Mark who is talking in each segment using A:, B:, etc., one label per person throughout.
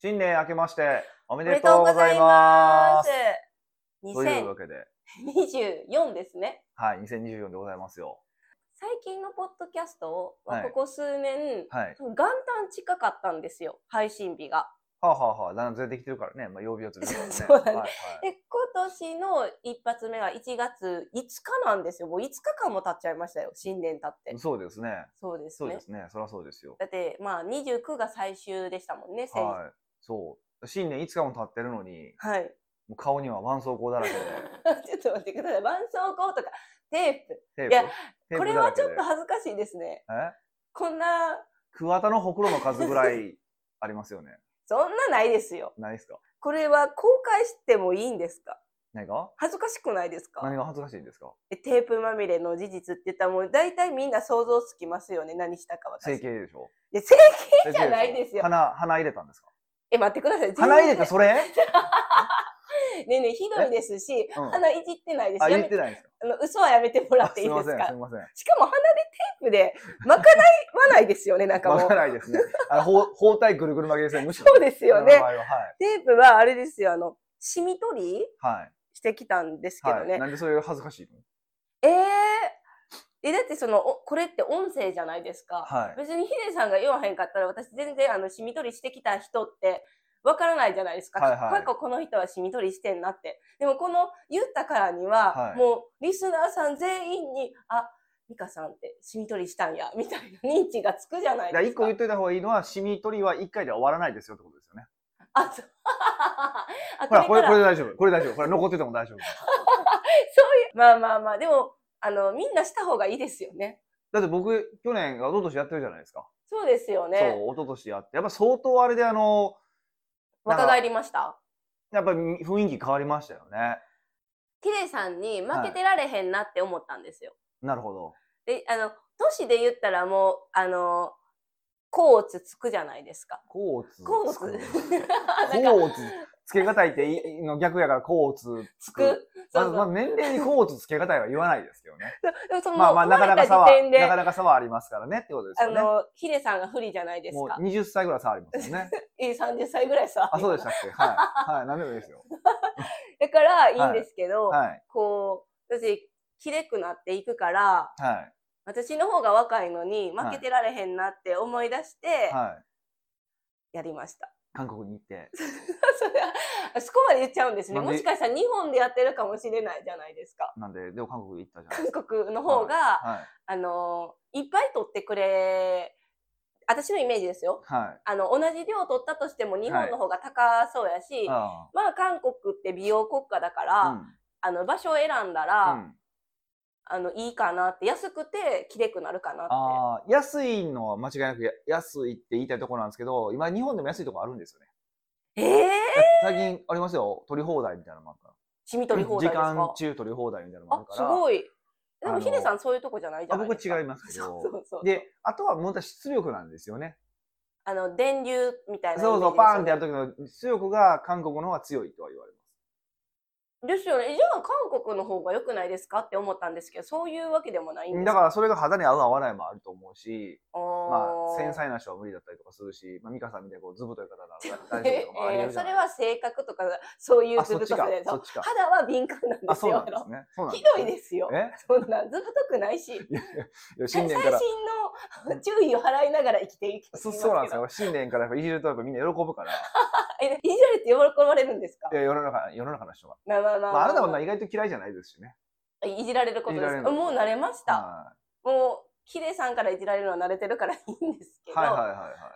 A: 新年明けましておめ
B: お
A: でとうございます。
B: め
A: と
B: でとうござい
A: いう
B: ま
A: わけで、
B: す。2024ですね。
A: はい、2024でございますよ。
B: 最近のポッドキャストを、
A: はい
B: まあここ数年、
A: はい。
B: 元旦近かったんですよ、配信日が。
A: はあ、はあはあ、だんだんずれてきてるからね、まあ、曜日をずれてるからね。
B: そうだね
A: はいはい
B: で、今年の一発目が1月5日なんですよ。もう5日間も経っちゃいましたよ、新年経って。
A: そうですね。
B: そうです
A: そう
B: ね
A: で。すね。そりゃそうですよ。
B: だって、まあ、29が最終でしたもんね、先日。
A: はい。そう。新年いつかも経ってるのに、
B: はい。
A: もう顔には絆創膏だらけで
B: ちょっと待ってください。絆創膏とか、テー
A: テープ。
B: いや
A: テー
B: プ。こ
A: プ
B: れ
A: だら
B: は
A: け
B: ち
A: で
B: ょっと恥ずかしいですね。
A: え
B: こんな、
A: 桑田のほくろの数ぐらいありますよね。
B: そんなないですよ。
A: ないですか
B: これは公開してもいいんですか
A: 何が
B: 恥ずかしくないですか
A: 何が恥ずかしいんですか
B: えテープまみれの事実って言ったらもう大体みんな想像つきますよね何したか私
A: 整形でしょ
B: いや整形
A: 整
B: じゃないですよ
A: 鼻、鼻入れたんですか
B: え待ってください
A: 鼻入れて
B: 全
A: それ
B: 然ねえねえひどいですし、
A: うん
B: 鼻いじってないです
A: あ、
B: や
A: 言
B: め
A: ってないんですか
B: あの嘘はやめてもら
A: あ
B: っ
A: す
B: ていい
A: い
B: で
A: ますせん、す
B: か
A: いません。
B: しかも鼻でテープで巻かないわないですよ ねなんかもう
A: わからないですね。あの包包帯ぐるぐる曲げですね。むしろ。
B: そうですよ
A: あの
B: ね
A: 場合ははい。
B: テープはあれですよあの染み取り
A: はい。
B: してきたんですけど
A: はい、
B: ね、
A: なんでそれが恥ずかしいの
B: えーえだってそのおこれって音声じゃないですか、
A: はい
B: 別にヒデさんが言わへんかったら私全然あの染み取りしてきた人ってわからないじゃないですか、
A: はいはい
B: 過去この人は染み取りしてんなってでもこの言ったからには、
A: はい
B: もうリスナーさん全員にあ美香さんって染み取りしたんやみたいな認知がつくじゃな
A: だ
B: い
A: から
B: です
A: 一個
B: か
A: 言っといた方がいいのは、シミ取りは一回では終わらないですよってことですよね。
B: あそうあ
A: ほら、これ、
B: から
A: これで大丈夫。これ大丈夫。これ残ってても大丈夫。
B: まあまあまあでもあのみんなした方がいいですよね
A: だって僕、去年、一昨年やってるじゃないですか。
B: そうですよね
A: そう、一昨年やって。やっぱ相当あれで、あの、なんか
B: 若返りました
A: やっぱ雰囲気変わりましたよね。
B: ヒデさんに負けてられへんなって思ったんですよ。
A: なるほど。
B: で、あの、都市で言ったらもう、あの、コーツつくじゃないですか。
A: コーツ。
B: コーツ。 なんか、
A: コーツ。つけがたいっていの逆やから、コーツ
B: つく。
A: ま
B: そ
A: ず、
B: う
A: まあ、
B: そう。
A: 年齢にコーツつけがたいは言わないですけどね。
B: でもその、
A: まあまあ、なかなか差は、
B: 生まれた時点
A: な
B: で
A: かなか差はありますからねってことです
B: あ
A: よね。
B: の、ヒデさんが不利じゃないです
A: も
B: か
A: う。20歳ぐらい差あります よね。
B: え、30歳ぐらいさ。
A: あ、そうでしたっけはい。はい、何でもいいですよ。
B: だから、いいんですけど、
A: はい。
B: こう、私、きれくなっていくから、
A: は
B: 私の方が若いのに負けてられへんなって思い出して
A: い。、はい。
B: やりました。
A: 韓国に行って。
B: それあそこまで言っちゃうんですね。
A: なんで
B: もしかしたら日本でやってるかもしれないじゃないですか。
A: なんで、でも韓国行ったじゃないです
B: 韓国の方が、
A: か。はい。
B: あのーいっぱい取ってくれ、私のイメージですよ。
A: はい。
B: あの、同じ量取ったとしても日本の方が高そうやし、
A: あ
B: まあ韓国って美容国家だから、
A: あ。うん。
B: あの、場所を選んだら、
A: うん
B: あの、いいかなって、安くてきれくなるかなって。
A: ああ、安いのは間違いなくや安いって言いたいところなんですけど、今日本でも安いところあるんですよね。
B: ええー、
A: 最近ありますよ。取り放題みたいなのもあるから。
B: 染み取り放
A: 時
B: 題ですか
A: 間中取り放題みたいなのもあ
B: あ
A: る、か
B: す
A: ら。
B: ごい。で
A: あの
B: もヒデさんそういうとこじゃないじ
A: あ
B: ゃないで
A: 僕
B: すか。
A: 違いますけ
B: そ
A: ど
B: う。そうそう。
A: で、あとは問題出力なんですよね。
B: あの、電流みたいなイメージですよ
A: そ
B: ね。
A: うそう、パーンってやるときの出力が韓国の方が強いとは言われます。
B: ですよね。じゃあ韓国の方が良くないですかって思ったんですけど、そういうわけでもないんです
A: だからそれが肌に合う合わないもあると思うし、まあ、繊
B: ま
A: 細な人は無理だったりとかするし、まあ、美香さんみたいにこうズブという方だったら大丈夫とかもありえるじ
B: そ
A: ゃな
B: れ
A: い
B: は性格とかそういう
A: あ、
B: ず
A: そ
B: ぶ
A: っ
B: と
A: ち
B: く
A: か
B: で、。
A: そっちか。
B: 肌は敏感なんで
A: あ、
B: す
A: そうな
B: よ
A: ん。ですね。そうなん
B: ひ
A: ね
B: どいですよ。
A: え
B: そんなずぶとくないし、
A: いや新
B: 最新
A: 年 から。
B: の注意を払いながら生きていきていますけ
A: そ
B: ど。
A: そうなんですよ。新年からやっぱいじるとやっぱみんな喜ぶ から、
B: え。いじられて喜ばれるんですか
A: い。や世の中世の中の人は。
B: まあまあま
A: ま
B: あ、
A: あ、あなたもな意外と嫌いじゃないですしね。
B: いじられることで
A: いじられ
B: す
A: る
B: か。
A: の
B: もう慣れました。
A: は
B: もうヒデさんからいじられるのは慣れてるからいいんですけ
A: い
B: ど、
A: はいはい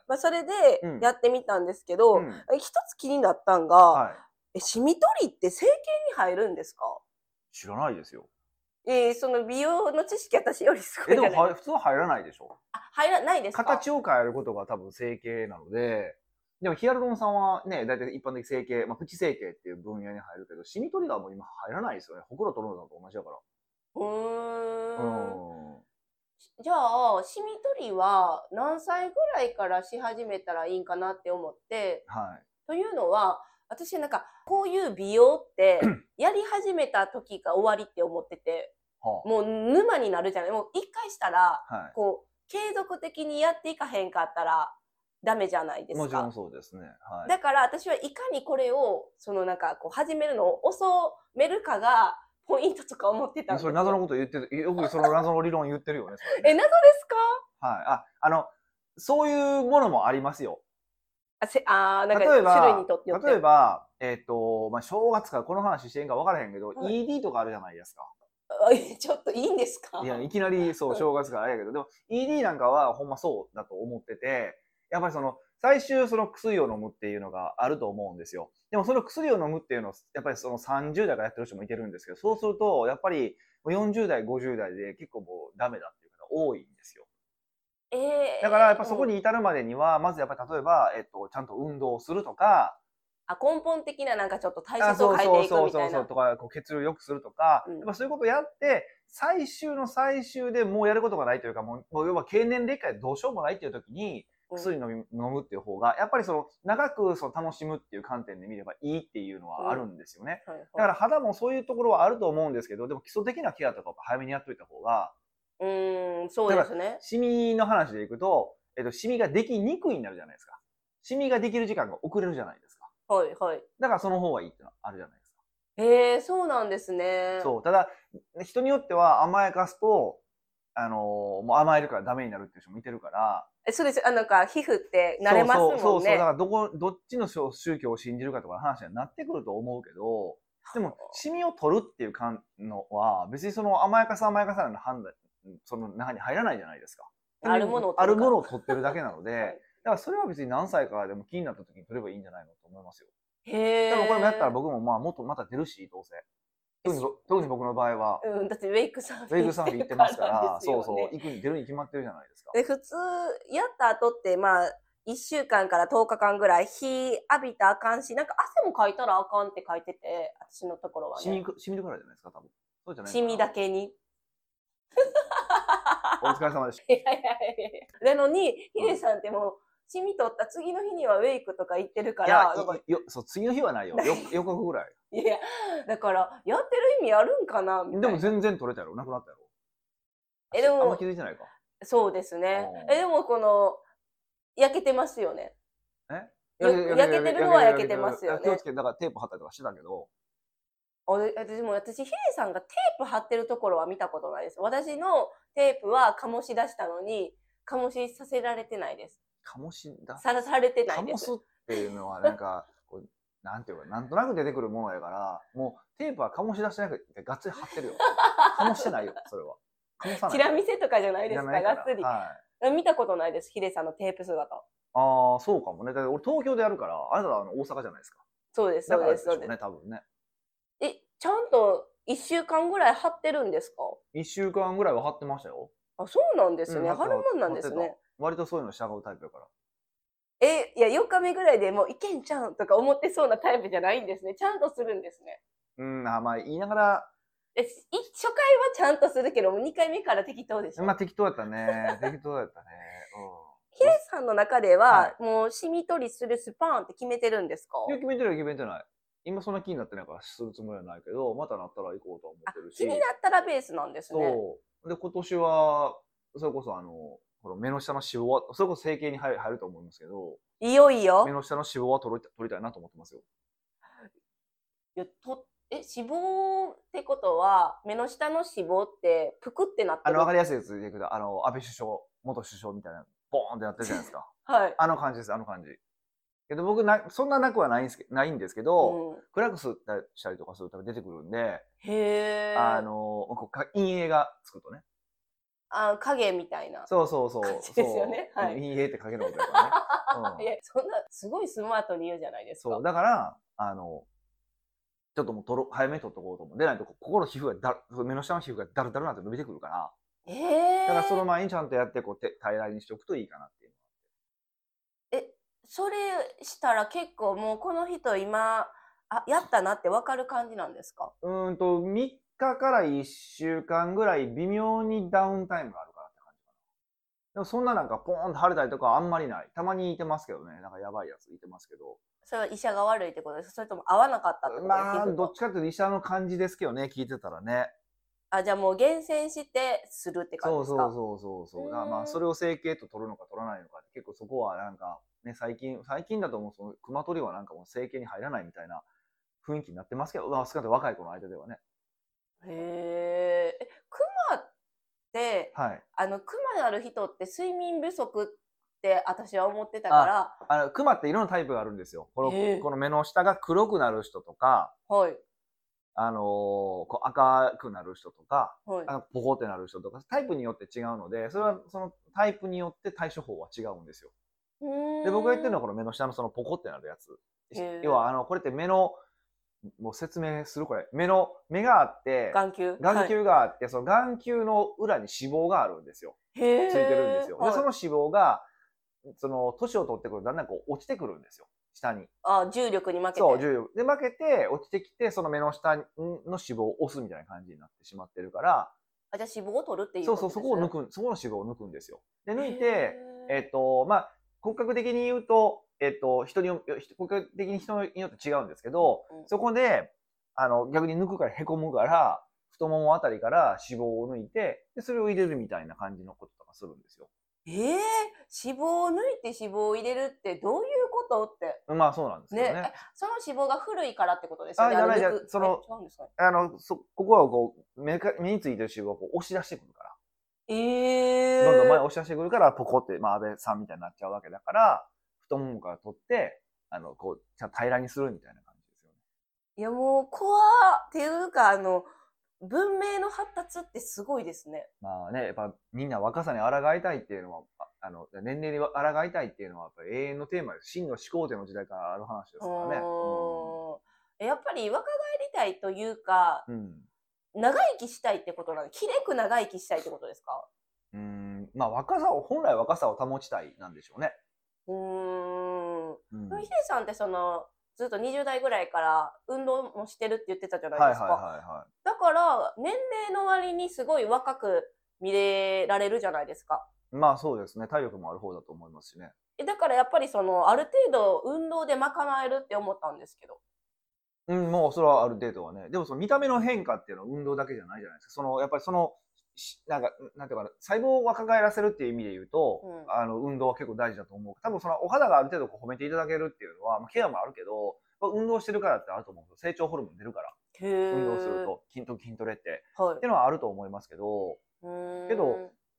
B: まあそれで
A: うん
B: やってみたんですけど。
A: はいはい。うん
B: え一つ気になったんが、
A: はい。
B: えシミ取りって整形に入るんですか
A: 知らないですよ。
B: えーその美容の知識私よりすご
A: え、
B: い
A: で
B: じ
A: も
B: ゃない
A: は普通は入らないでしょ。
B: あ入らないですか
A: 形を変えることが多分整形なので、でもヒアルロン酸はね、大体一般的整形、まあ、プチ整形っていう分野に入るけど、シミ取りがもう今入らないですよね。ほくろ取るのと同じだか
B: う
A: ら。
B: ーん
A: うん。
B: じゃあシミ取りは何歳ぐらいからし始めたらいいんかなって思って
A: はい。
B: というのは私なんかこういう美容って やり始めた時が終わりって思ってて
A: は
B: もう沼になるじゃないもう一回したら
A: あ、はい。
B: こう継続的にやっていかへんかったらダメじゃないです
A: もちろ
B: か
A: ん。そうですね。はい。
B: だから私はいかにこれをそのなんかこう始めるのを遅めるかがポイントとか思ってたんです
A: そ
B: よ
A: れ謎のこと言ってる、よくその謎の理論言ってるよね。それ
B: え
A: ね
B: 謎ですか
A: はい。あ、あの、そういうものもありますよ。
B: あせあーなんか
A: 例えば
B: 種類にとってよって
A: 例えば、えっ、と、まあ、正月からこの話していいんか分からへんけど、
B: はい
A: ED とかあるじゃないですか。
B: あ えちょっといいんですか
A: いや、いきなり、そうう、
B: ん
A: 正月からあれやけど、でも、ED なんかはほんまそうだと思ってて、やっぱりその、最終その薬を飲むっていうのがあると思うんですよ。でもその薬を飲むっていうのを、やっぱりその30代からやってる人もいてるんですけど、そうすると、やっぱり40代、50代で結構もうダメだっていう方多いんですよ。
B: えー
A: だからやっぱそこ
B: うん
A: に至るまでには、まずやっぱり例えば、えっと、ちゃんと運動をするとか、
B: あ根本的ななんかちょっと体
A: あ
B: 質を変えていくみたいな
A: とか、こう血流を良くするとか、
B: うん
A: やっぱそういうことをやって、最終の最終でもうやることがないというか、もう、もう要は経年劣化でどうしようもないっていう時に、
B: うん
A: 薬飲み、飲むっていう方が、やっぱりその、長くその楽しむっていう観点で見ればいいっていうのはあるんですよね。
B: はいはい
A: だから肌もそういうところはあると思うんですけど、でも基礎的なケアとかは早めにやっといた方が、
B: うーんそうですね
A: シミの話でいくと、えっと、シミができにくいになるじゃないですか。シミができる時間が遅れるじゃないですか。
B: はいはい
A: だからその方がいいってのはあるじゃないですか。
B: へえそうなんですね
A: そう。ただ、人によっては甘やかすと、あのーもう甘えるからダメになるっていう人もいてるから。
B: えそうですあなんか皮膚って慣れますもんね
A: そうそうそうそう。だから、どこ、どっちの宗宗教を信じるかとかの話にはなってくると思うけど、でも、シミを取るっていう感のは、別にその甘やかさ甘やかさないの判断、その中に入らないじゃないですか。
B: あるものを
A: ある
B: 取るか
A: も
B: ら
A: のを取ってるだけなので、
B: はい
A: だからそれは別に何歳からでも気になった時に取ればいいんじゃないのと思いますよ。
B: へえ
A: でもこれもやったら僕もまあもっとまた出るし、どうせ。特にぼ特に僕の場合は、
B: うん、だってウェイクサーフィン
A: ウェイクサーフィン行ってますから、
B: してる
A: そうそう
B: ですよね、
A: 行くに出るに決まってるじゃないですか。
B: で普通やった後ってまあ1週間から10日間ぐらい日浴びたらあかんしなんか汗もかいたらあかんって書いてて私のところは
A: 染み
B: ね
A: く、染みるからじゃないですか、多分。そうじゃない
B: シミだ
A: け。
B: けに。
A: お疲れ様でした。
B: いやいやいやいやなのにヒデさんってもうシミ取った次の日にはウェイクとか行ってるか
A: い
B: ら
A: や
B: なんか、
A: いよ、そう、次の日はない よ。よ、予告ぐらい。
B: いやいやだからやってる意味あるんかなみたい
A: で
B: な
A: も全然取れたやろ、なくなったやろ。
B: えで
A: あんま
B: も
A: 気づいてないか。
B: そうですね
A: うん
B: えでもこの焼けてますよねよ
A: や
B: 焼けてるのは焼けてますよね
A: や気をつけて、だからテープ貼ったりとかしてたけど、
B: あれ私も私ヒデさんがテープ貼ってるところは見たことないです私のテープは醸し出したのに醸しさせられてないです
A: 醸しだ。
B: さらされてないで
A: 醸
B: す
A: すっていうのはなんか、こうなんていうか、なんとなく出てくるものやから、もうテープは醸し出してなくて、がっつり貼って るよ。醸してないよ、それは。醸さない。
B: チラ見せとかじゃない
A: い
B: です
A: ら
B: か
A: ない
B: が
A: ら
B: っつり、
A: はい。
B: 見たことないですヒデさんのテープ姿
A: ああ、そうかもね。だって俺東京でやるから、あなたはあの大阪じゃないですか。
B: そうです
A: だ
B: そ
A: か
B: う
A: ら
B: で
A: ですす
B: そう
A: よ
B: です、
A: ね、多分ね。
B: えちゃんと1週間ぐらい貼ってるんですか
A: 1週間ぐらいは張ってましたよ。
B: あそうなんですね、
A: うん貼
B: 貼
A: って
B: る
A: た
B: もんなんです
A: 貼っ
B: ね
A: て割とそういうの従うタイプだから。
B: えいや4日目ぐらいでもういけんちゃうんとか思ってそうなタイプじゃないんですねちゃんとするんですね
A: うん、あまあ言いながら、
B: えい初回はちゃんとするけども2回目から適当でしょ
A: まあ適当だった ね。適当だったね。
B: ヒデさんの中では
A: は、
B: もう、シミ取りするスパーンって決めてるんですか
A: うん。いや決めてない、決めてない。今そんな気になってないからするつもりはないけど、またなったら行こうとは思
B: あ
A: ってるし。
B: 気になったらベースなんですね。
A: そう。で、今年は、それこそあの、この目の下の脂肪は、それこそ整形に入る入ると思いますけど、
B: いよいよ
A: 目、の下の脂肪は取りた取りたいなと思ってますよ。
B: いやとえ脂肪ってことは、目の下の脂肪って、ぷくってなって
A: あ
B: る。
A: の、わかりやすいやつでいくと、あの、安倍首相、元首相みたいな、ボーンってなってるじゃないですか。
B: はい。
A: あの感じです、あの感じ。けど僕な、そんななくはないんですけないんですけど、
B: うん、
A: 暗くすったりしたりとかすると出てくるんで、
B: へえ。
A: あの、こうか陰影がつくとね。
B: あ影みたいな。
A: そうそうそう。
B: 感じですよね
A: そう
B: はい
A: 陰影ってかけることだ
B: 。
A: からね
B: い
A: うん
B: や、そんな、すごいスマートに言うじゃないですか。
A: そう、だから、あの、ちょっともう取ろ早めに取っとこうと思う。でないと、ここの皮膚がだる、目の下の皮膚がだるだるなんて伸びてくるから、
B: え
A: だ
B: え。
A: からその前にちゃんとやって、こう、手平らにしておくといいかなっていう。
B: それしたら結構もう、この人今、あ、やったなってわかる感じなんですか
A: うーんと、3日から1週間ぐらい微妙にダウンタイムがあるからって感じかな。でもそんななんかポーンと晴れたりとかあんまりない。たまにいてますけどね。なんかやばいやついてますけど。
B: それは医者が悪いってことですかそれとも合わなかったってことです
A: ま
B: か
A: あ、どっちかっていうと医者の感じですけどね、聞いてたらね。
B: あ、じゃあもう厳選してするって感
A: そう
B: じです
A: そう
B: か
A: そうそうそう。だから
B: うー
A: ま
B: ん
A: あ、それを整形と取るのか取らないのかって結構そこはなんか、ね、最近、最近だともうその熊取りはなんかもう政権に入らないみたいな雰囲気になってますけど、まあ、少なくとも若い子の間ではね。
B: へえ。え熊って、
A: はい。
B: あの、熊である人って睡眠不足って私は思ってたから、
A: あの、熊っていろんなタイプがあるんですよ。この、
B: へえ
A: この目の下が黒くなる人とか、
B: はい、
A: あのーこう赤くなる人とか、
B: はい
A: あ。のポコってなる人とか、タイプによって違うので、それはそのタイプによって対処法は違うんですよ。で、
B: で
A: 僕が言ってるのはこの目の下のそのポコってなるやつ
B: へー。
A: 要は、あの、これって目の、もう説明するこれ。目の、目があって、
B: 眼球。
A: 眼
B: はい
A: 球があって、その眼球の裏に脂肪があるんですよ。
B: ついて
A: ついてるんですよ。
B: は
A: で、
B: い、
A: その脂肪が、その、年を取ってくるとだんだんこう落ちてくるんですよ。下に。
B: あ重力に負けて。
A: そう、重力。で、負けて、落ちてきて、その目の下の脂肪を押すみたいな感じになってしまってるから、
B: あじゃあ脂肪を取るっていう
A: そ
B: こ
A: うそ
B: と
A: う、
B: で
A: そ
B: すね。
A: こを抜く、そこの脂肪を抜くんですよ。で、抜いて、
B: へー
A: えっと、まあ、骨格的に言うと、えっと、人によ、骨格的に人によって違うんですけど、
B: うん
A: そこで、あの、逆に抜くから凹むから、太ももあたりから脂肪を抜いて、で、それを入れるみたいな感じのこととかするんですよ。
B: えー、脂肪を抜いて脂肪を入れるってどういうことって。
A: まあ、そうなんですけど
B: ね
A: ね。
B: えその脂肪が古いからってことですよね。
A: あじゃない
B: の
A: じゃあその
B: え違うんですかね
A: あの、そ、ここはこう、目か目についてる脂肪をこう押し出してくるから。
B: ええー。
A: どんどん前に押し出してくるから、ポコって、まあ、安倍さんみたいになっちゃうわけだから、太ももから取って、あの、こう、ちゃんと平らにするみたいな感じですよね。
B: いやもう怖っていうかあの文明の発達ってすごいですね。
A: まあね、やっぱみんな若さに抗いたいっていうのは、ああの、年齢に抗いたいっていうのは、やっぱり永遠のテーマです。真の始皇帝の時代からある話ですからね。
B: おーやっぱり若返りたいというか
A: うん。
B: 長生きしたいってことなの。きれく長生きしたいってことですか。
A: うん。うんまあ若さを、本来若さを保ちたいなんでしょうね。
B: うーん。
A: うん。
B: ヒデさんってそのずっと20代ぐらいから運動もしてるって言ってたじゃない
A: はいはい
B: ですか、
A: は
B: だから年齢の割にすごい若く見れられるじゃないですか
A: い。まあそうですね。体力もある方だと思いますしね。
B: えだからやっぱりそのある程度運動で賄えるって思ったんですけど
A: うん、もうそれはある程度はね。でもその見た目の変化っていうのは運動だけじゃないじゃないですか。その、やっぱりその、しなんか、なんていうかな、細胞を若返らせるっていう意味で言うと、
B: うん
A: あの、運動は結構大事だと思う。多分そのお肌がある程度こう褒めていただけるっていうのは、まあ、ケアもあるけど、やっぱ運動してるからってあると思うんですよ。成長ホルモン出るから、
B: へえ
A: 運動すると、筋ト筋トレって。
B: はい
A: っていうのはあると思いますけど、
B: うーん
A: けど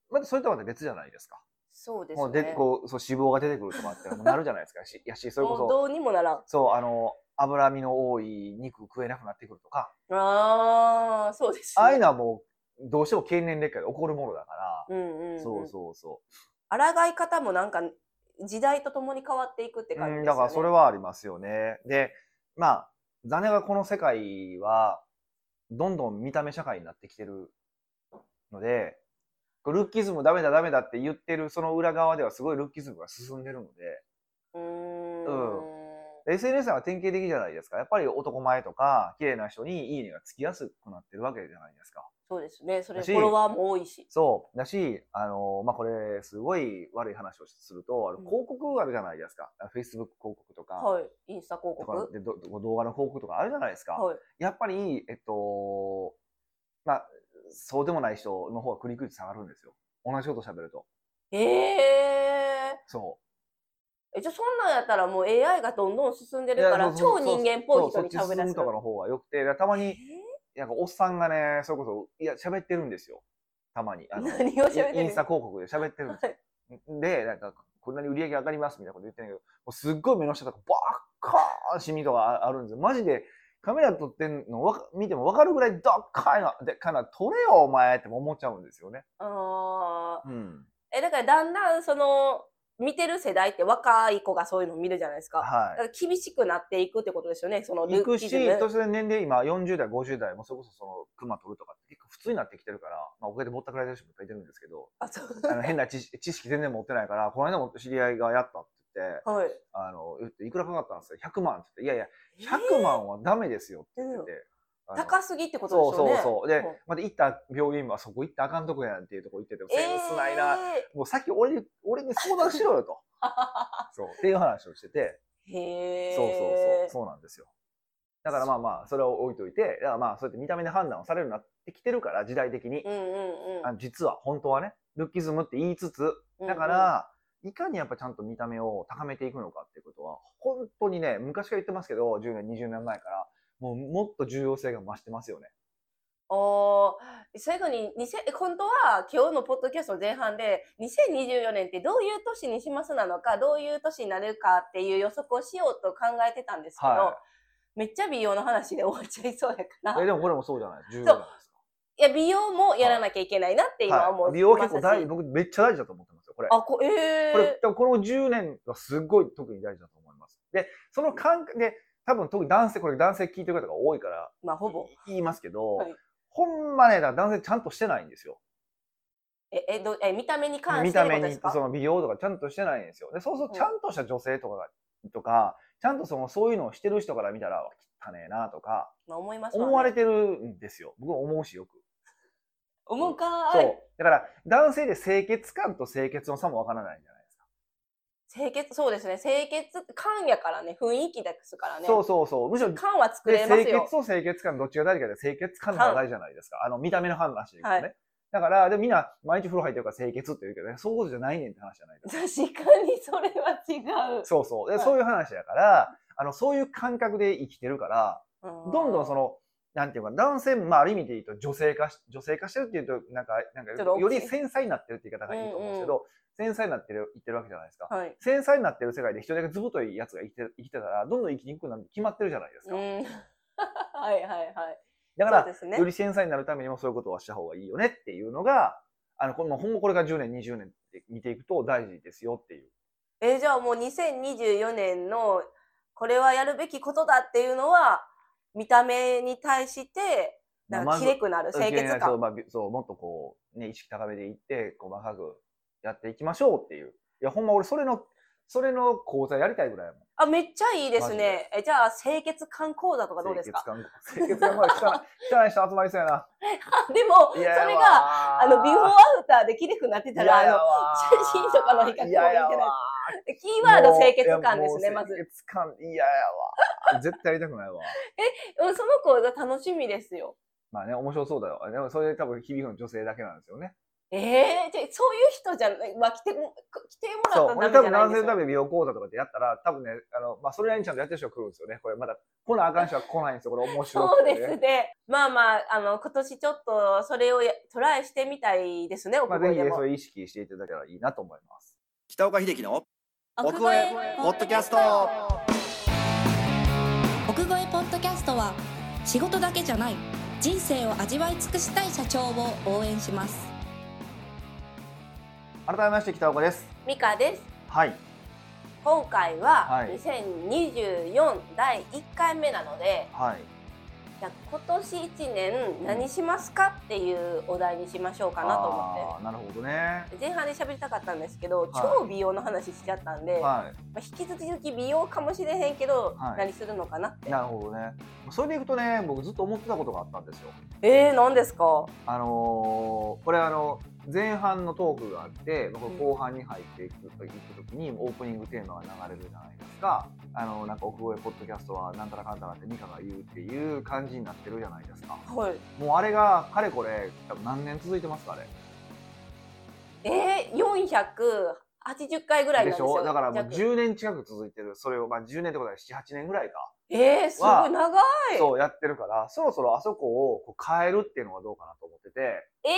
A: まあ、それとはまた別じゃないですか。
B: そうです
A: もうで
B: ねもう
A: こうそう脂肪が出てくるとかってもうなるじゃないですか。しいやし、それこそ、
B: どうにもならん
A: そう、あの、脂身の多い肉食えなくなってくるとか、
B: あーそうです
A: ああいう
B: な
A: のはもう、どうしても経年劣化で起こるものだか
B: うんうん、う
A: ら、
B: ん、
A: そうそうそ
B: 抗い方もなんか時代とともに変わっていくって
A: う。う
B: 感じで
A: ん、
B: すよね
A: だからそれはありますよね。で、まあ、残念がこの世界は、どんどん見た目社会になってきてるので、こうルッキズムダメだダメだって言ってるその裏側ではすごいルッキズムが進んでるの
B: うーん
A: で、SNS は典型的じゃないですか。やっぱり男前とか、綺麗な人にいいねがつきやすくなってるわけじゃないですか。
B: そうですね。それ
A: だ
B: フ
A: し
B: ォロワーも多いし。
A: そう。だし、あの、まあ、これ、すごい悪い話をすると、あの
B: うん
A: 広告あるじゃないですか。あ Facebook 広告とか、
B: はい。インスタ広
A: と
B: 告。
A: かでど動画の広告とかあるじゃないですか。
B: はい。
A: やっぱり、えっと、まあ、そうでもない人の方がクリクリと下がるんですよ。同じこと喋ると。
B: ええ
A: そ
B: え、じゃあそんなんやったらもう AI がどんどん進んで
A: う。
B: るから、
A: いやそう
B: 超
A: そう
B: 人間っぽ
A: そ
B: い人
A: う
B: に
A: そう
B: 喋
A: 実
B: ら
A: 寸
B: せ
A: とかの方が良くて、でたま
B: え
A: に、なんかおっさんがね、それこそ、いや、喋ってるんですよ。たまに。あ
B: ー
A: の
B: 何を 喋ってるん
A: インイン
B: で
A: ス
B: す
A: タ
B: か
A: 広告で喋ってるんです
B: はい
A: よ。で、なんか、こんなに売り上げ上がりますみたいなこと言ってんだけど、もうすっごい目の下とか、バッカーンシミとかああるんですよ。マジで、カメラ撮ってんのわか見ても分かるぐらい、どっかいな、でかな、撮れよ、お前って思っちゃうんですよね。
B: あ
A: うん。
B: ーえ、だからだんだんその、見てる世代って若い子がそういうの見るじゃないですか。だ
A: は
B: から厳しくなっていくってことですよね。その
A: い。行
B: ル
A: く
B: ッ
A: し、
B: キズ
A: そ
B: ム。
A: して年齢今40代、50代もそれこそその、熊取るとかって結構普通になってきてるから、まあおかげでぼったくられてる人もいっぱいいてるんですけど、
B: あ、 そう。
A: あの変な知識知識全然持ってないから、この間も知り合いがやったって言って、
B: はい。
A: あの、言って、いくらかかったんですよ。100万って言って、いやいや、100万はダメですよって言ってて。あの
B: 高すぎってこと
A: そう
B: ですよ
A: そ
B: ね。
A: うそう。
B: は
A: で
B: い、
A: また行った病院はそこ行ったらあかんとこやんっていうとこ行ってて、センスないな。
B: えー
A: もうさっき俺に、俺に相談しろよ と。そう。っていう話をしてて、
B: へえ。
A: そうそうそう。そうなんですよ。だからまあまあ、それを置いといて、だからまあ、そうやって見た目で判断をされるようになってきてるから、時代的に。
B: うんうんうん
A: あの実は、本当はね、ルッキズムって言いつつ、
B: うんうん。
A: だから、いかにやっぱちゃんと見た目を高めていくのかっていうことは、本当にね、昔から言ってますけど、10年、20年前から、もうもっと重要性が増してますよね。
B: おー最後に2000え本当は今日のポッドキャスト前半で2024年ってどういう年にしますなのかどういう年になるかっていう予測をしようと考えてたんですけど、
A: は
B: めっちゃ美容の話で終わっちゃいそうやから
A: え
B: い
A: でもこれもそうじゃない重要じゃないです
B: や美容もやらなきゃいけないなっ
A: か。
B: て今思う、
A: はい、美容結構大
B: 事
A: 僕めっちゃ大事だと思ってますよ、これ。
B: あこえー、
A: これ、多分この10年はすごい特に大事だと思います。で、その感覚で、多分特に男性、これ男性聞いてる方が多いから、
B: まあほぼ
A: 言いますけど、
B: はい
A: ほんまね、だから男性ちゃんとしてないんですよ。
B: ええどえ見た目に関
A: 見
B: して
A: た
B: って
A: 目
B: ことで
A: に
B: すか
A: その美容とかちゃんとしてないんですよ。で、そうそう
B: うん
A: ちゃんとした女性とかが、とか、ちゃんとそのそういうのをしてる人から見たら、汚ねえなとか、
B: まあ、思いますわね
A: 思われてるんですよ。僕は思うしよく。
B: 思うか
A: そ。
B: ーいう
A: だから男性で清潔感と清潔の差もわからないじゃないですか。
B: 清潔そうですね清潔感やからね雰囲気ですからね
A: そうそうそう。むしろ
B: 感は作
A: で
B: れます
A: 清
B: よ
A: 潔と清潔感どっちが大事かで清潔感の方が大事じゃないですか。あの見た目の話で言うとね。
B: は
A: だから、でみんな毎日風呂入ってるから清潔って言うけどね、そういうことじゃないねんって話じゃないですか。
B: 確かにそれは違う。
A: そうそう。で、
B: はい
A: そういう話だから、あの、そういう感覚で生きてるから、
B: う
A: どんどんそ
B: の、
A: の、なんていうか、男性も、まあ、ある意味で言うと女性化し、女性化してるっていうと、なんか、なん
B: ちょっと大
A: か、
B: きい
A: より繊細になってるって言い方がいいと思うんですけど、繊細になってる、言ってるわけじゃないですか。
B: はい。
A: 繊細になってる世界で一人だけずぶといやつが生きて生きてたら、どんどん生きにくくなるって決まってるじゃないです
B: う
A: か。
B: ん。はいはいはい。
A: だか
B: そう
A: ら、
B: ですね
A: よ。り繊細になるためにもそういうことはした方がいいよねっていうのが、あの、この、ほんまこれから10年、20年って見ていくと大事ですよっていう。
B: えーじゃあもう2024年のこれはやるべきことだっていうのは見た目に対してなん
A: まあ
B: かきれくなる清潔
A: そう
B: 感。
A: まあ、びそうもっとこう、ね、意識高めでいって、細かくやっていきましょうっていう。いや、ほんま俺、それの、それの講座やりたいぐらいやもん。
B: あめっちゃいいです
A: マジで
B: ね。えじゃあ清潔感講座とかどうですか。
A: 感。清潔感まで汚い、汚い人集まりそうやな。
B: でもそ
A: い
B: れ
A: やや
B: が
A: わ
B: あのビフォーアフターできれくなってたらあの
A: の
B: 写真とかの比較もいいんじゃないですかキー
A: ワ
B: ワード清潔感ですねまず。
A: 清潔感、いややわ。絶対やりたくないわ。
B: うんその講座楽しみですよ。
A: まあね、面白そうだよ。でもそれ多分響くの女性だけなんですよね。
B: ええじゃあそういう人じゃない、まあ、来ても来て もら
A: そ
B: っ
A: う
B: た。
A: 俺多
B: らダメ
A: 分
B: じゃない
A: 男
B: んで
A: 性の
B: すよ
A: ために美容講座とかでやったら、多分ね、あの、まあ、それなりにちゃんとやってる人が来るんですよね。これまだ来なあかん人は来ないんですよ。これ面白
B: そ
A: く
B: う
A: て、ね。
B: ですね。まあまあ、あの、今年ちょっとそれをやトライしてみたいですね、
A: まあ、
B: 奥
A: ぜ
B: 越
A: ひ
B: えで
A: ね
B: も
A: そ。れ意識していただけたらいいなと思います。
C: 北岡秀樹の奥越えポッドキャスト
D: 奥越えポッドキャストは仕事だけじゃない人生を味わい尽くしたい社長を応援します
A: 改めまして北岡です。
B: ミカです。
A: はい。
B: 今回は
A: はい
B: 2024第1回目なので、
A: はい。
B: じゃあ今年1年何しますかっていうお題にしましょうかなと
A: あ
B: 思
A: ーなるほどね。
B: って。前半で喋りたかったんですけど、
A: い
B: 超美容の話しちゃったんで、
A: は
B: まあ、引き続き美容かもしれへんけど、
A: はい
B: 何するのかなっ
A: い。
B: て。
A: なるほどね。それでいくとね、僕ずっと思ってたことがあったんですよ。
B: えー、何ですか
A: あのーこれあの前半のトークがあって僕後半に入っていくと時にオープニングテーマが流れるじゃないですかあのなんか奥越えポッドキャストはなんたらかんたらってミカが言うっていう感じになってるじゃないですか
B: はい。
A: もうあれがかれこれ多分何年続いてますかあれ
B: えー、480回ぐらいな
A: で
B: んです
A: し
B: よ。
A: ょだからもう
B: 約
A: 10年近く続いてるそれをまあ10年ってことは78年ぐらいか、
B: えー、すごい長い。
A: そうやってるからそろそろあそこをこう変えるっていうのはどうかなと思ってて
B: え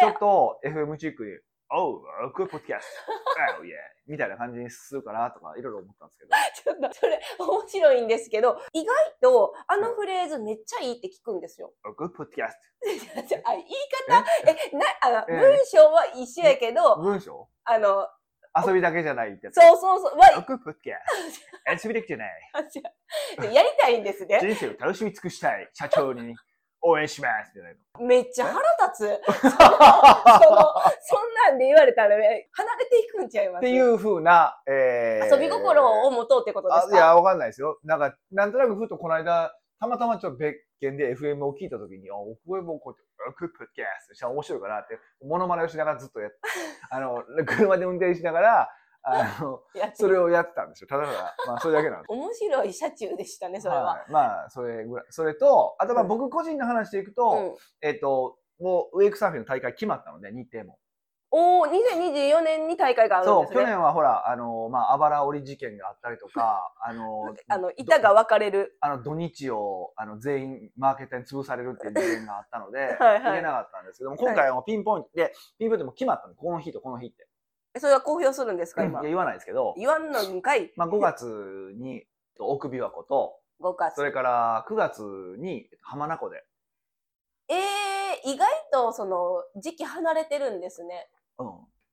A: ちょ
B: ー
A: っ、と FM チックに、おう、クーポッドキャスト、おう、イエーイみたいな感じにするかなとか、いろいろ思ったんですけど。
B: ちょっとそれ面白いんですけど、意外とあのフレーズめっちゃいいって聞くん ですよ。
A: おうグッポッドキャス
B: あ言い方、え、な、あ
A: え
B: の、文章は一緒やけ
A: ト。
B: ど、
A: 文章
B: あの、
A: 遊びだけじゃないってやつ。
B: そうそうそう、わ
A: おう、グッポッドキャスト。遊びだけじゃない。
B: い、やりたいんですね。
A: 人生を楽しみ尽くしたい。社長に応援します。みたい
B: めっちゃ腹立つ。
A: な。、
B: そのそんなんで言われたら、ね、離れていくんちゃいます。
A: っていうふうな、えー
B: 遊び心を持とうってことで
A: あ
B: す
A: い
B: か
A: や、わかんないですよ。なんか、なんとなくふとこの間、たまたまちょっと別件で FM を聞いたときに、あ、お声もこうやって、クップキャストしたら面白いかなって、モノマネをしながらずっとやって、あの、車で運転しながら、あの、
B: いや
A: それをやってたんですよ。ただただ、まあ、それだけなんで
B: 面白い車中でしたね、
A: す。
B: それは。
A: い、まあ、それぐらい。それと、あとまあ
B: うん
A: 僕個人の話でいく
B: う
A: と、
B: ん、
A: えっと、もうウェイクサーフィンの大会決まったので、日程も。
B: おお、2024年に大会がある
A: そ
B: ん
A: う、
B: です
A: 去
B: ね。
A: 年はほら、あの、まあ、あばら折り事件があったりとか、あの、
B: あの板が
A: ど
B: 分かれる。
A: あの、土日を、あの、全員、マーケットに潰されるっていう事件があったので、
B: はいはい
A: 行けなかったんですけども、今回はもうピンポイントで、ピンポイントでも決まったの、この日とこの日って。
B: それは公表するんですか、
A: い
B: 今
A: や、。言わないですけど、
B: 言わんのんかい。
A: まあ、5月に、奥琵琶湖と、
B: 5月
A: そ。れから9月に浜名湖で、
B: えー、意外とその時期離れてるんですね。
A: う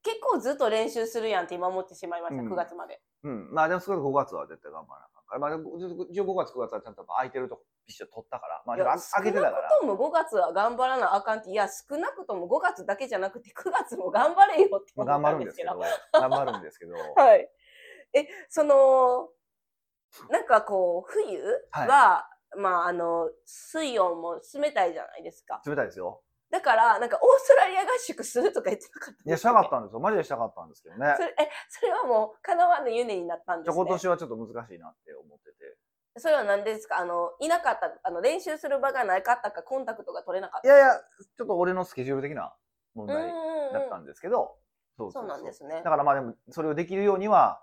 B: 結構ずっと練習するやんって今思ってしまいました、
A: うん
B: 9月まで。
A: ん。うん。まあでもそれ5月は絶対頑張らなあかんから。まあでも一応5月9月はちゃんと空いてるとこピッシュ取ったから。まあ
B: い
A: で
B: や
A: もあ
B: 少
A: 空
B: な
A: け
B: く
A: てたから。
B: とも5月は頑張らなあかんって、いや、少なくとも5月だけじゃなくて9月も頑張れよって
A: まあ頑
B: 思っ
A: 張
B: た
A: る
B: ん
A: ん
B: で
A: ですすけ
B: け
A: ど
B: ど。。
A: 頑張るん ですけど。
B: はい。え、その、なんかこう、冬
A: は
B: は、
A: い
B: まあ、あの、水温も冷たいじゃないですか。
A: 冷たいですよ。
B: だから、なんか、オーストラリア合宿するとか言ってなかった
A: いや、したかったんですよ。マジでしたかったんですけどね。
B: それ、え、それはもう、かなわぬ夢になったん
A: じ
B: で
A: ゃあ
B: すね
A: 今。年はちょっと難しいなって思ってて。
B: それは何ですかあの、いなかった、あの、練習する場がなかったか、コンタクトが取れなかった。
A: いやいや、ちょっと俺のスケジュール的な問
B: うーん
A: 題だったんですけど。そ
B: そうなんですね
A: だ。からまあでも、それをできるようには、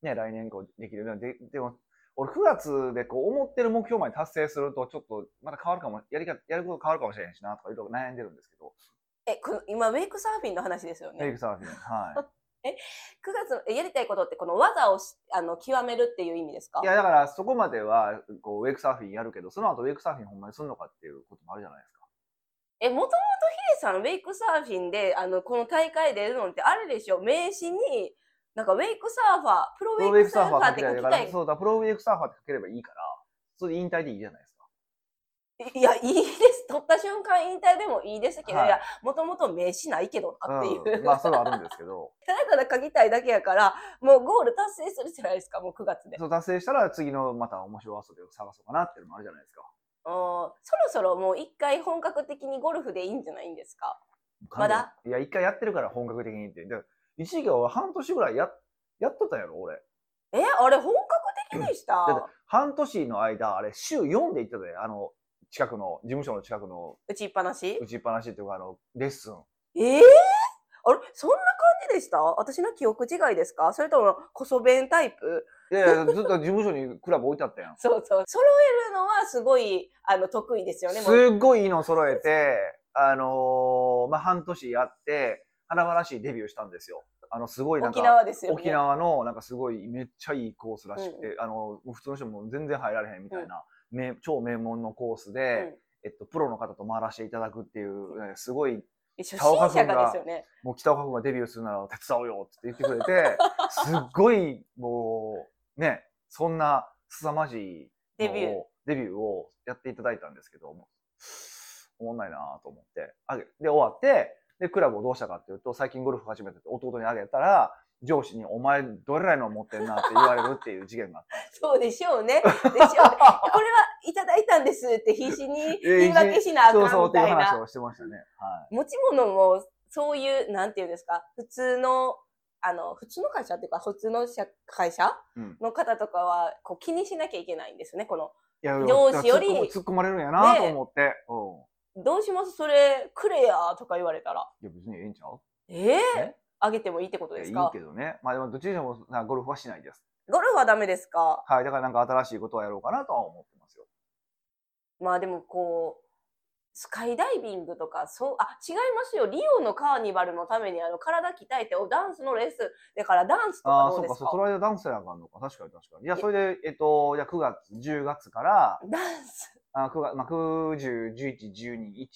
A: ね、来年以降できるようにで、でも、俺9月でこう思ってる目標まで達成すると、ちょっとまた変わるかも、やりか、やること変わるかもしれへんしな、とかいろいろ悩んでるんですけど、
B: え、この今、ウェイクサーフィンの話ですよ
A: テイ
B: ね。
A: クサーフィン。は
B: 9月のえやりたいことって、この技をしあの極めるっていう意味ですか
A: い。いや、だからそこまでは、こう、ウェイクサーフィンやるけど、その後ウェイクサーフィンほんまにすんのかっていうこともあるじゃないですか。
B: え、もともとヒデさん、ウェイクサーフィンで、あの、この大会出るのってあれでしょ名刺に、なんか、ウェイクサーファー、プロ
A: プ
B: ウ
A: ロ
B: ェ
A: ウェイ
B: イ
A: ク
B: ク
A: サ
B: サー
A: ー
B: フ
A: フ
B: ァ
A: ァ
B: ー
A: ーか
B: って
A: け
B: 書
A: ればいいか
B: きた
A: ら、
B: い。
A: そうだ、プロウェイクサーファーってかければいいから、それで引退でいいじゃないですか。
B: いや、いいです。取った瞬間引退でもいいですけど、
A: はい
B: い、や、もともと名刺ないけどなっていう。
A: うん、まあ、それはあるんですけ ど、
B: ただただ書きたいだけやから、もうゴール達成するじゃないですか、もう9月で。
A: そう達成したら次のまた面白い遊びを探そうかなっていうのもあるじゃないですか。
B: おーそろそろもう一回本格的にゴルフでいいんじゃないんですかまだ
A: いや、一回やってるから本格的にって。だから一時期は俺半年ぐらいや、やっとったやろ、俺。
B: え、あれ本格的でした
A: だって半年の間、あれ、週4で行ってたで、あの、近くの、事務所の近くの
B: 打ちっぱなし
A: 打ちっぱなしっていうか、あの、レッスン。
B: ええあれそんな感じでした私の記憶違いですかそれとも、こそ弁タイプ
A: いやい や、ずっと事務所にクラブ置いてあったやん。
B: そうそう。揃えるのはすごい、あの、得意ですよね。もう
A: すっごいいいの揃えて、あのーまあ、半年やって、華々しいデビューしたんですよ。あの、すごいなんか、
B: 沖縄ですよね。
A: 沖縄のなんかすごいめっちゃいいコースらしくて、あのもう普通の人も全然入られへんみたいな、名超名門のコースで、
B: うん
A: えっと、プロの方と回らせていただくっていう、ねすごい
B: 初心
A: 田岡
B: 者
A: 君が
B: がですよね。
A: もう北岡君がデビューするなら手伝おうよって言ってくれてすっごいもうねそんな凄まじい
B: デビュー
A: のをデビューをやっていただいたんですけどもおもんないなと思ってあげで終わってでクラブをどうしたかっていうと最近ゴルフ始めてて弟にあげたら上司に「お前どれらいの持ってんな」って言われるっていう事件があって
B: そうでしょう ね。でしょうね。これはいただいたんですって必死に言い訳しなあかん
A: そ
B: み
A: うそうってい
B: た
A: う
B: いな。
A: 話をしてましたね。はい
B: 持ち物もそういうなんていうんですか普通のあの普通の会社っていうか普通の社会社
A: うん
B: の方とかはこう気にしなきゃいけないんですねこの
A: いや
B: 上司より
A: 突っ込む突っ込まれるんやなと思って、うん
B: どうしますそれくれやとか言われたら
A: いや別にええんちゃう
B: ええ
A: え
B: あげてもいいってこと
A: い
B: で
A: やい
B: す
A: い
B: か
A: けどね。まあでもどっちにしてもなゴルフはしないです。
B: ゴルフはダメですか
A: はい。だからなんか新しいことはやろうかなとは思ってますよ。
B: まあでもこうスカイダイビングとかそうあ違いますよリオのカーニバルのためにあの体鍛えておダンスのレッスンだからダンスと
A: ああー、
B: かど
A: そうう
B: で
A: か、
B: す
A: そ
B: か
A: う。その間ダンスやらなあかんのか。確かに確かに。いや、それで、えっと、いや9月、10月から、
B: ダンス
A: あ9月、まあ、9、10、11、12、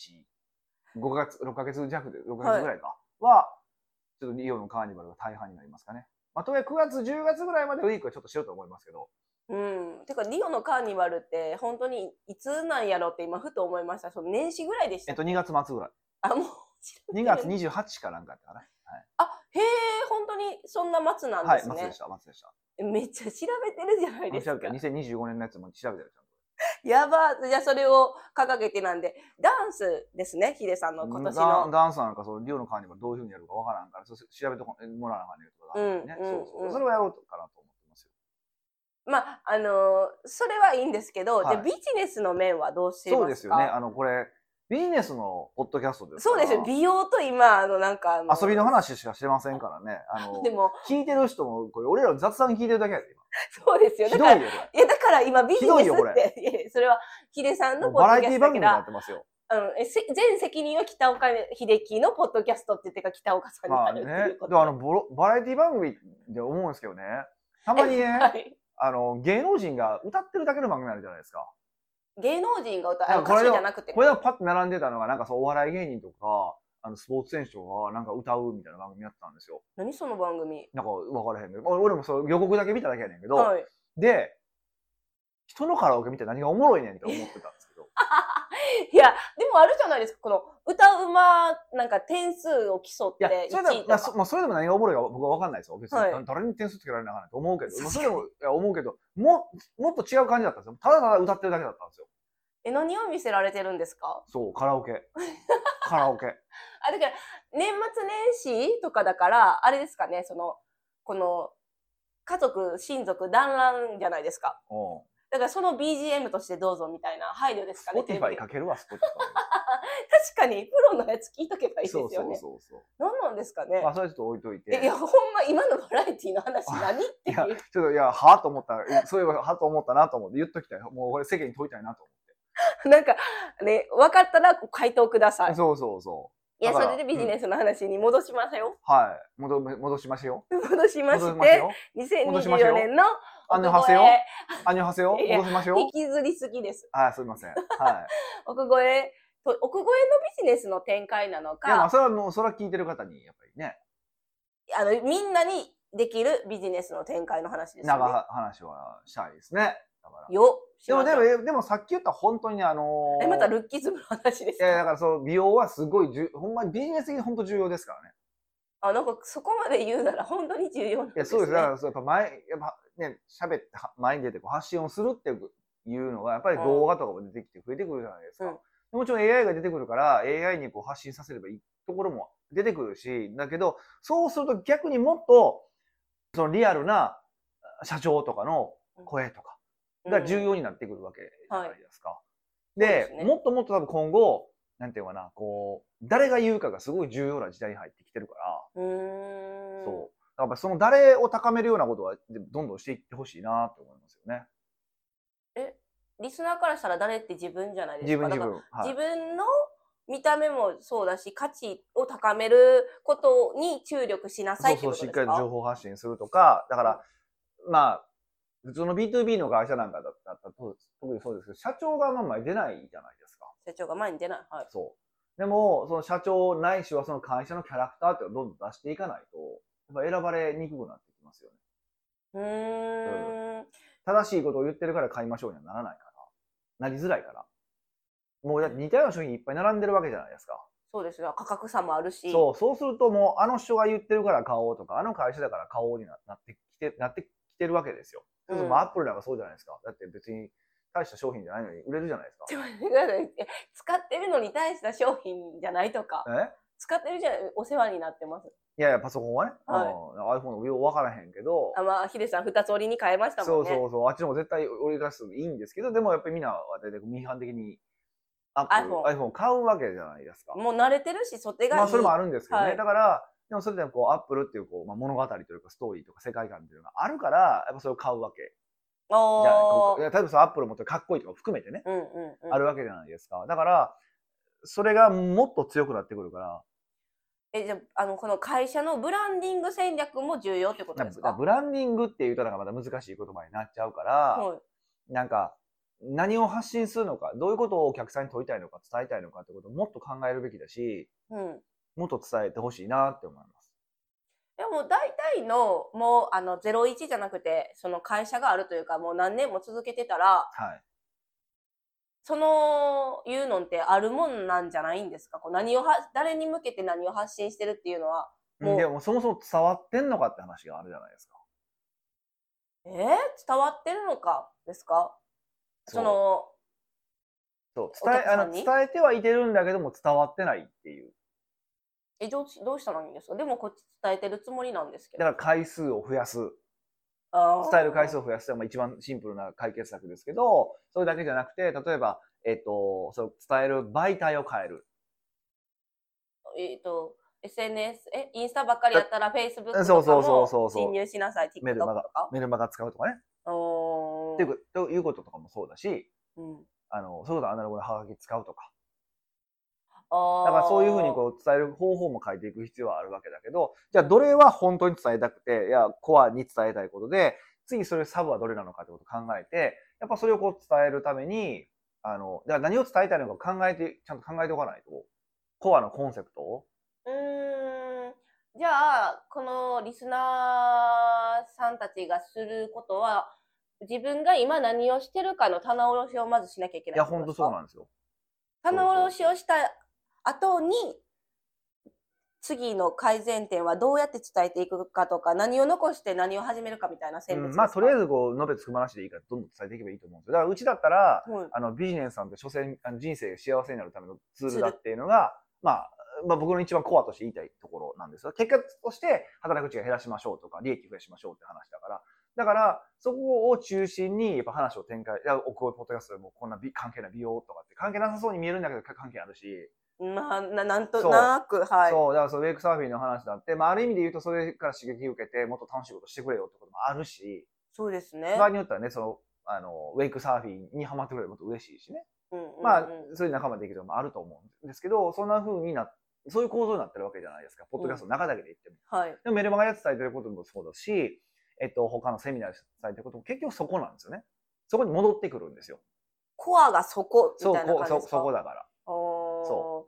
A: 1、5月、6ヶ月弱で、6ヶ月ぐらいか。は、ちょっとリオのカーニバルが大半になりますかね。まあ、とはいえ9月、10月ぐらいまでウィークはちょっとしようと思いますけど。
B: うん、てかリオのカーニバルって本当にいつなんやろって今ふと思いましたその年始ぐらいでし
A: え
B: た
A: っ
B: っけ、
A: と、2月末ぐらい。
B: あもう
A: 2月28かなんかやったか
B: あへえ本当にそんな末なん
A: な。は
B: で
A: い、
B: す
A: 末
B: ね
A: でし、た、末でした。
B: めっちゃ調べてるじゃないです
A: 調
B: か
A: べて、2025年のやつも調べてるちゃんと。
B: やばじゃあそれを掲げてなんでダンスですねヒデさんの今年
A: ダン
B: の
A: ダンスなんかそのリオのカーニバルどういうふうにやるかわからんからそう調べてもらわなあかんねんとかだからね、
B: うんうん
A: そうそう
B: うん
A: それをやろうかなと思ってますよ
B: まああのーそれはいいんですけど、
A: はい
B: じゃあビジネスの面はどうしますか
A: そうですよねあのこれビジネスのポッドキャストです
B: そうですよ。美容と今、あの、なんかあの、
A: 遊びの話しかしてませんからね。あの
B: でも、
A: 聞いてる人も、これ俺らの雑談聞いてるだけやで。
B: そうですよ。
A: 今ひ
B: だ
A: どい
B: から、
A: よ、
B: い
A: こ
B: や、だから今ビジ
A: ひ
B: ネス
A: どいよこ
B: って、いやいやそれは、ヒデさん
A: れ。も
B: の
A: う
B: ポ
A: バラ
B: ッ
A: エ
B: ドキ
A: ティ
B: ャ
A: 番
B: ストだ
A: 組
B: か
A: にな
B: ら
A: っ、てますよ。
B: あのえせ全責任は北岡秀樹のポッドキャストっていうか、北岡さんに
A: ま
B: な
A: あ
B: る
A: ね、
B: って
A: で
B: いうことで。
A: もあのボロバラエティ番組で思うんですけどね、たまにね、
B: はい
A: あの芸能人が歌ってるだけの番組あるじゃないですか。
B: 芸能人が歌う、
A: いや
B: あの
A: これ
B: 歌手
A: でも
B: じゃなくて。
A: これがパッと並んでたのが、なんかそうお笑い芸人とか、あのスポーツ選手とかがなんか歌うみたいな番組やったんですよ。
B: 何その番組。
A: なんか分からへんけど、俺俺もそう予告だけ見ただけやねんけど、
B: はい。
A: で、人のカラオケ見て何がおもろいねんって思ってたんですけ ど、
B: いや、でもあるじゃないですか、この歌うま、なんか点数を競っ
A: いや
B: て、
A: それで
B: 1位
A: も
B: と
A: まあ
B: か
A: そ。まあ、それでも何がおもろいか僕は分かんないですよ。別に、
B: はい
A: 誰に点数つけられなあかんないと思うけど、
B: 確か
A: まあ
B: に
A: それでもいや思うけども、もっと違う感じだったんですよ。ただただ歌ってるだけだったんですよ。
B: え、何を見せられてるんですか
A: そう、カラオ ケ。カラオケ。
B: あ、だから、年末年始とかだから、あれですかね、その、この、家族、親族、団らんじゃないですか。
A: うん。
B: だからその BGM としてどうぞみたいな配慮です
A: ス
B: か
A: ポ
B: ね。
A: ティファイ
B: テレ
A: か
B: ビ
A: けるわ、スポティフ
B: 確かに、プロのやつ聞いと けばいい
A: ァ
B: で
A: イ。
B: す
A: そ
B: よね
A: う。そうそうそう。
B: 何なんですかね
A: ま。あ、それはちょっと置いといて。
B: えいや、ほんま、今のバラエティの話何って
A: いや
B: いう。
A: ちょっと、いや、はぁと思ったら、そういえば、はぁと思ったなと思って、言っときたい。もう、これ世間に問いたいなと思って。
B: なんか、ね、分かったらこう回答ください。
A: そうそうそ
B: いや、
A: だ
B: そ
A: から
B: れでビジネスの話に戻しましたよ。
A: う。はい。戻、戻しましょう。
B: 戻しま
A: 戻し
B: し、
A: ましてょう。戻しましょ
B: 2024
A: う
B: 年の
A: あの、は
B: 奥
A: せ
B: 越
A: よ。
B: え、
A: あの、はせよ。
B: いや
A: 戻しましょう
B: 引。きずりすぎです。
A: はい、すみません。はい。
B: 奥越え、と奥越えのビジネスの展開なの
A: い や、まあ、
B: か、
A: それはもう、それは聞いてる方に、やっぱりね、
B: あの、みんなにできるビジネスの展開の話ですよ
A: 長
B: ね。
A: は話はしたいですね。だから。
B: よ、し
A: で
B: ま
A: も、
B: しょ
A: で
B: う
A: も、えでも、さっき言った本当にあのー
B: え、またルッキズムの話です
A: いやだ
B: か。
A: からその美容はすごいじゅほんまにビジネス的に本当重要ですからね。
B: あ、なんかそこまで言うなら本当に重要なん
A: い
B: で
A: や
B: す
A: そう
B: ね。
A: です、だからそうやっぱ前やっぱね喋っては前に出てこう発信をするっていうのがやっぱり動画とかも出てきて増えてくるじゃないですか。
B: うん
A: もちろん AI が出てくるから AI にこう発信させればいいところも出てくるしだけどそうすると逆にもっとそのリアルな社長とかの声とかが重要になってくるわけじゃないですか。
B: はいそう
A: で
B: ですね
A: もっともっと多分今後なんていうのかなこう誰が言うかがすごい重要な時代に入ってきてるから。
B: うん。うーん
A: そう。だからその誰を高めるようなことはでどんどんしていってほしいなと思いますよね。
B: リスナーからしたら誰って自分じゃないですか。
A: 自分自
B: だから
A: 分。はい
B: 自分の見た目もそうだし、価値を高めることに注力しなさいって
A: そう
B: こ
A: そう、し
B: とで
A: っ
B: す
A: かり
B: か
A: 情報発信するとか、だから、まあ、普通の B2B の会社なんかだったら、と特にそうですけど、社長があんま前に出ないじゃないですか。
B: 社長が前に出ない。はい。
A: そう。でも、その社長ないしはその会社のキャラクターっていうのをどんどん出していかないと、やっぱ選ばれにくくなってきますよね。
B: うーん。
A: 正しいことを言ってるから買いましょうにはならないから。なりづらいから。もうだって似たような商品いっぱい並んでるわけじゃないですか。
B: そうですよ。価格差もあるし。
A: そう、そうするともう、あの人が言ってるから買おうとか、あの会社だから買おうにななってきて、なってきてるわけですよ。
B: うん
A: でもまあアップルなんかそうじゃないですか。だって別に大した商品じゃないのに売れるじゃないですか。
B: ちょっと待ってくださいえ使ってるのに大した商品じゃないとか。
A: え
B: 使ってるじゃない、お世話になってます。
A: いやいや、パソコンはね、う
B: はい
A: ん iPhone のよう分からへんけど、
B: あ、まあ、ヒデさん二つ折りに変えました
A: そ
B: もん
A: う
B: ね。
A: そうそう、あっちの方が絶対売り出すのいいんですけど、でもやっぱりみんなは大体ミーハン的にアップル
B: iPhone
A: iPhone を買うわけじゃないですか。
B: もう慣れてるし、ソテがいい。
A: まあそれもあるんですけどね。
B: はい
A: だから、でもそれでもこう、アップルっていうこう、まあ、物語というかストーリーとか世界観っていうのがあるから、やっぱそれを買うわけ
B: お
A: じゃないこ
B: ー
A: ういや例えばそのアップル持ってるかっこいいとか含めてね、
B: うんうんうん。
A: あるわけじゃないですかだからそれがもっと強くなってくるから
B: え、じゃあ、あの、この会社のブランディング戦略も重要ってこと
A: なん
B: で
A: か
B: す
A: だ
B: か
A: からブランディングっていうとなんかまた難しい言葉になっちゃうから、
B: はい
A: なんか何を発信するのかどういうことをお客さんに問いたいのか伝えたいのかってことをもっと考えるべきだし
B: うん。
A: もっと伝えてほしいなって思います。
B: でも大体のもうあの01じゃなくてその会社があるというかもう何年も続けてたら
A: はい、
B: そのいうのってあるもんなんじゃないんですかこう何をは誰に向けて何を発信してるっていうのはもう
A: でもそもそも伝わってんのかって話があるじゃないですか。
B: えー、伝わってるのかですかその
A: そうそう伝え
B: お客さ
A: あ
B: ん
A: の伝
B: に
A: えてはいてるんだけども伝わってないっていう
B: えどうしどうしたらいいんですかでもこっち伝えてるつもりなんですけ
A: だ
B: ど
A: から回数を増やす伝える回数を増やすのはまあ一番シンプルな解決策ですけど、それだけじゃなくて、例えば、えっと、その伝える媒体を変える。
B: えっと、SNS、え、インスタばっかりやったら Facebook とか
A: そうそうそうそう
B: も
A: そう
B: 侵入しなさい、
A: メ
B: TikTok
A: ル
B: と
A: マガ
B: か。
A: メルマガ使うとかね。
B: お
A: っていうこということとかもそうだし、
B: うん
A: あの、そういうことアナログなハガキ使うとか。
B: あー
A: だからそういうふうにこう伝える方法も変えていく必要はあるわけだけど、じゃあどれは本当に伝えたくて、いや、コアに伝えたいことで、次それサブはどれなのかってことを考えて、やっぱそれをこう伝えるために、あの、だから何を伝えたいのか考えて、ちゃんと考えておかないと、コアのコンセプトを、
B: うーんじゃあこのリスナーさんたちがすることは自分が今何をしてるかの棚卸しをまずしなきゃいけない
A: いや、本当そう
B: の
A: なんですよ。
B: 棚卸しをした後に次の改善点はどうやって伝えていくかとか何を残して何を始めるかみたいな
A: う
B: 選別
A: ん、まあ、とりあえ
B: ず、
A: ずこう、のべつくまなしでいいから、どんどん伝えていけばいいと思うんですよ。だから、うちだったら、
B: うん
A: あの、ビジネスさんって、所詮、あの人生幸せになるためのツールだっていうのが、まあ、まあ、僕の一番コアとして言いたいところなんですよ。結果として、働く口が減らしましょうとか、利益増やしましょうって話だから。だから、そこを中心に、やっぱ話を展開、いや、おこういうポッドキャストでもこんな美関係ない美容とかって、関係なさそうに見えるんだけど、関係あるし、
B: まあ、ななんと
A: そう
B: なくはい
A: そう、だからそのウェイクサーフィンの話だって、まあ、ある意味で言うと、それから刺激受けて、もっと楽しいことしてくれよってこともあるし、
B: そうですね
A: 場合によってはね、その、あの、ウェイクサーフィンにハマってくれると嬉しいしね。
B: うんうんうん
A: まあ、そういう仲間できるのもあると思うんですけど、そんな風にな、そういう構造になってるわけじゃないですか。ポッドキャストの中だけで言っても。
B: はい
A: でもメルマガで伝えてることもそうだし、えっと、他のセミナーで伝えてることも結局そこなんですよね。そこに戻ってくるんですよ。
B: コアがそこみ
A: そう、
B: たいな
A: こ
B: 感
A: う
B: じで
A: そ
B: すか
A: そこだから。
B: そ。
A: そう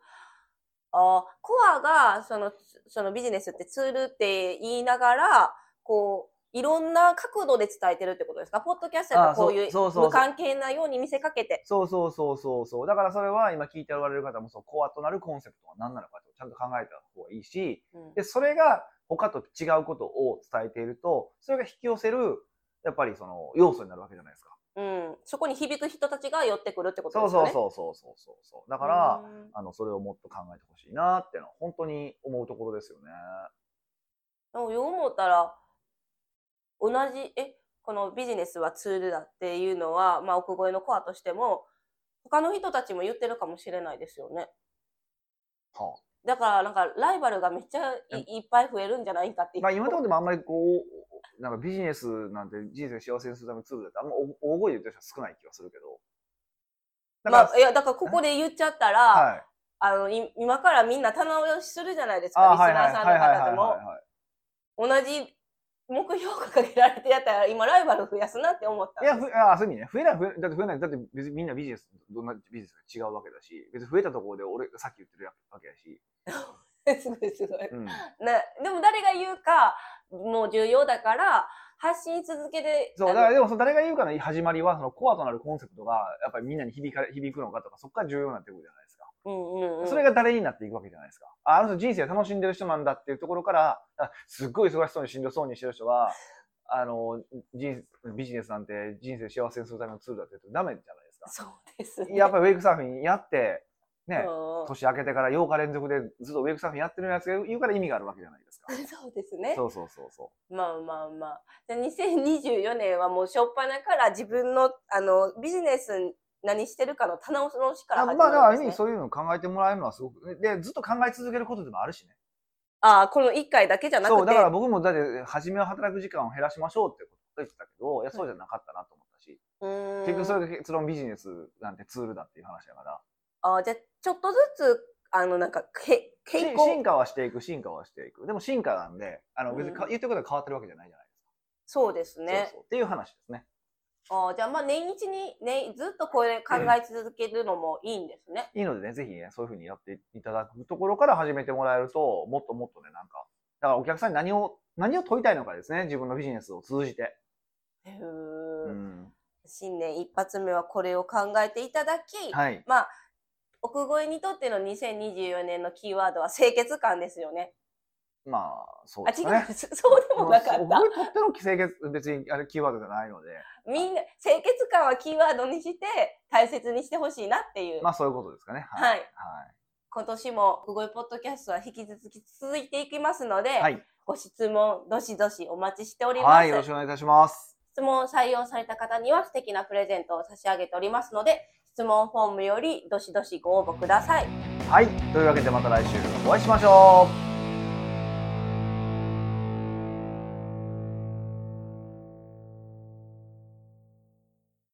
B: あーコアがそのそのビジネスってツールって言いながらこういろんな角度で伝えてるってことですかポッドキャストやったら
A: あーそ
B: こ
A: う
B: ういう
A: そうそうそう
B: 無関係なように見せかけて
A: そうそうそうそうそう。だからそれは今聞いておられる方もそう、コアとなるコンセプトは何なのかとちゃんと考えた方がいいし、
B: うん
A: で、それが他と違うことを伝えていると、それが引き寄せる、やっぱりその要素になるわけじゃないですか。
B: うんそこに響く人たちが寄ってくるってこと
A: そ
B: で
A: う
B: すよ
A: そう
B: ね。う
A: そうそうそうそうそう。だから、
B: ん
A: あの、それをもっと考えてほしいなってのは、本当に思うところですよね。
B: でもよう思ったら同じえこのビジネスはツールだっていうのは、まあ、奥越えのコアとしても他の人たちも言ってるかもしれないですよね。
A: は
B: だからなんかライバルがめっちゃいいっぱい増えるんじゃないかって
A: あ、まあ、今のところでもあんまりこう、なんかビジネスなんて人生を幸せにするためのツールだって、あんま大大声で言ってる人は少ない気がするけど。だから
B: まあ、いやだからここで言っちゃったら、
A: はい。
B: あのい今からみんな棚卸しするじゃないです
A: あ
B: か
A: あ
B: リス
A: はい
B: ナ
A: はい
B: ーさん
A: はいはいは
B: の方
A: い
B: で
A: は
B: も
A: いはい。
B: 同じ目標掲げられてやったら今ライバル増やすなって思ったん
A: い
B: です
A: や、ふあそういう意味ね。増えない、増えない。だって増えない。だって別にみんなビジネス、どんなビジネスが違うわけだし、別に増えたところで俺がさっき言ってるわけだし。
B: すごいすごい、
A: うん。
B: ね、でも誰が言うかもう重要だから発信し続けて
A: そう、だ
B: あ
A: から
B: の
A: でもその誰が言うかの始まりは、そのコアとなるコンセプトが、やっぱりみんなに響か響くのかとか、そこから重要になってくるじゃないですか。
B: うんうんうん、
A: それが誰になっていくわけじゃないですか。あ、あの人人生楽しんでる人なんだっていうところから、あすっごい忙しそうにしんどそうにしてる人 は、あの、人ビジネスなんて人生幸せにするためのツールだって言うとダメじゃないですか。
B: そうですね
A: やっぱりウェイクサーフィンやって、ね、
B: うん
A: 年明けてから8日連続でずっとウェイクサーフィンやってるやつが言うから意味があるわけじゃないですか。
B: そうですね
A: そうそうそうそ
B: まあまあまあ。で2024年はもう初っ端から自分のあのビジネス何してるかの棚卸し
A: う。
B: から
A: ま
B: 始
A: あ、だから
B: ま
A: ある
B: るん
A: 意
B: で
A: 味
B: す、ね。
A: そういうのを考えてもらえるのはすごく、で、ずっと考え続けることでもあるしね。
B: ああ、この1回だけじゃなくて。
A: そう、だから僕もだって、初めは働く時間を減らしましょうってこと言ってたけど、いや、そうじゃなかったなと思ったし、
B: うーん
A: 結局それが結論ビジネスなんてツールだっていう話だから、
B: ああ、じゃあちょっとずつ、あの、なんか、け傾
A: し
B: 向
A: 進。化はしていく、進化はしていく。でも進化なんで、あの、別にか、
B: うん
A: 言ってることが変わってるわけじゃないじゃないですか。
B: そうですね
A: そう。そうっていう話ですね。
B: ああじゃあまあ年一に、ね、ずっとこれ考え続けるのもいいんですね。
A: いいのでね、ぜひね、そういうふうにやっていただくところから始めてもらえると、もっともっとね、なんか、だからお客さんに何を、何を問いたいのかですね、自分のビジネスを通じて。
B: へー
A: うん。
B: 新年一発目はこれを考えていただき、
A: はい。
B: まあ、奥越えにとっての2024年のキーワードは清潔感ですよね。
A: まあ、そう
B: あ、
A: です
B: 違
A: かね
B: う、。そ そうでもなかっ
A: まあ
B: た。
A: 僕にとっての清潔、別にあれキーワードじゃないので、
B: みんな、清潔感はキーワードにして、大切にしてほしいなっていう。
A: まあそういうことですかね。
B: はい今年も、くごいポッドキャストは引き続き続いていきますので、
A: はい。はい。
B: ご質問、どしどしお待ちしております。
A: はい、よろしくお願いいたします。
B: 質問を採用された方には素敵なプレゼントを差し上げておりますので、質問フォームよりどしどしご応募ください。
A: はい、というわけでまた来週お会いしましょう。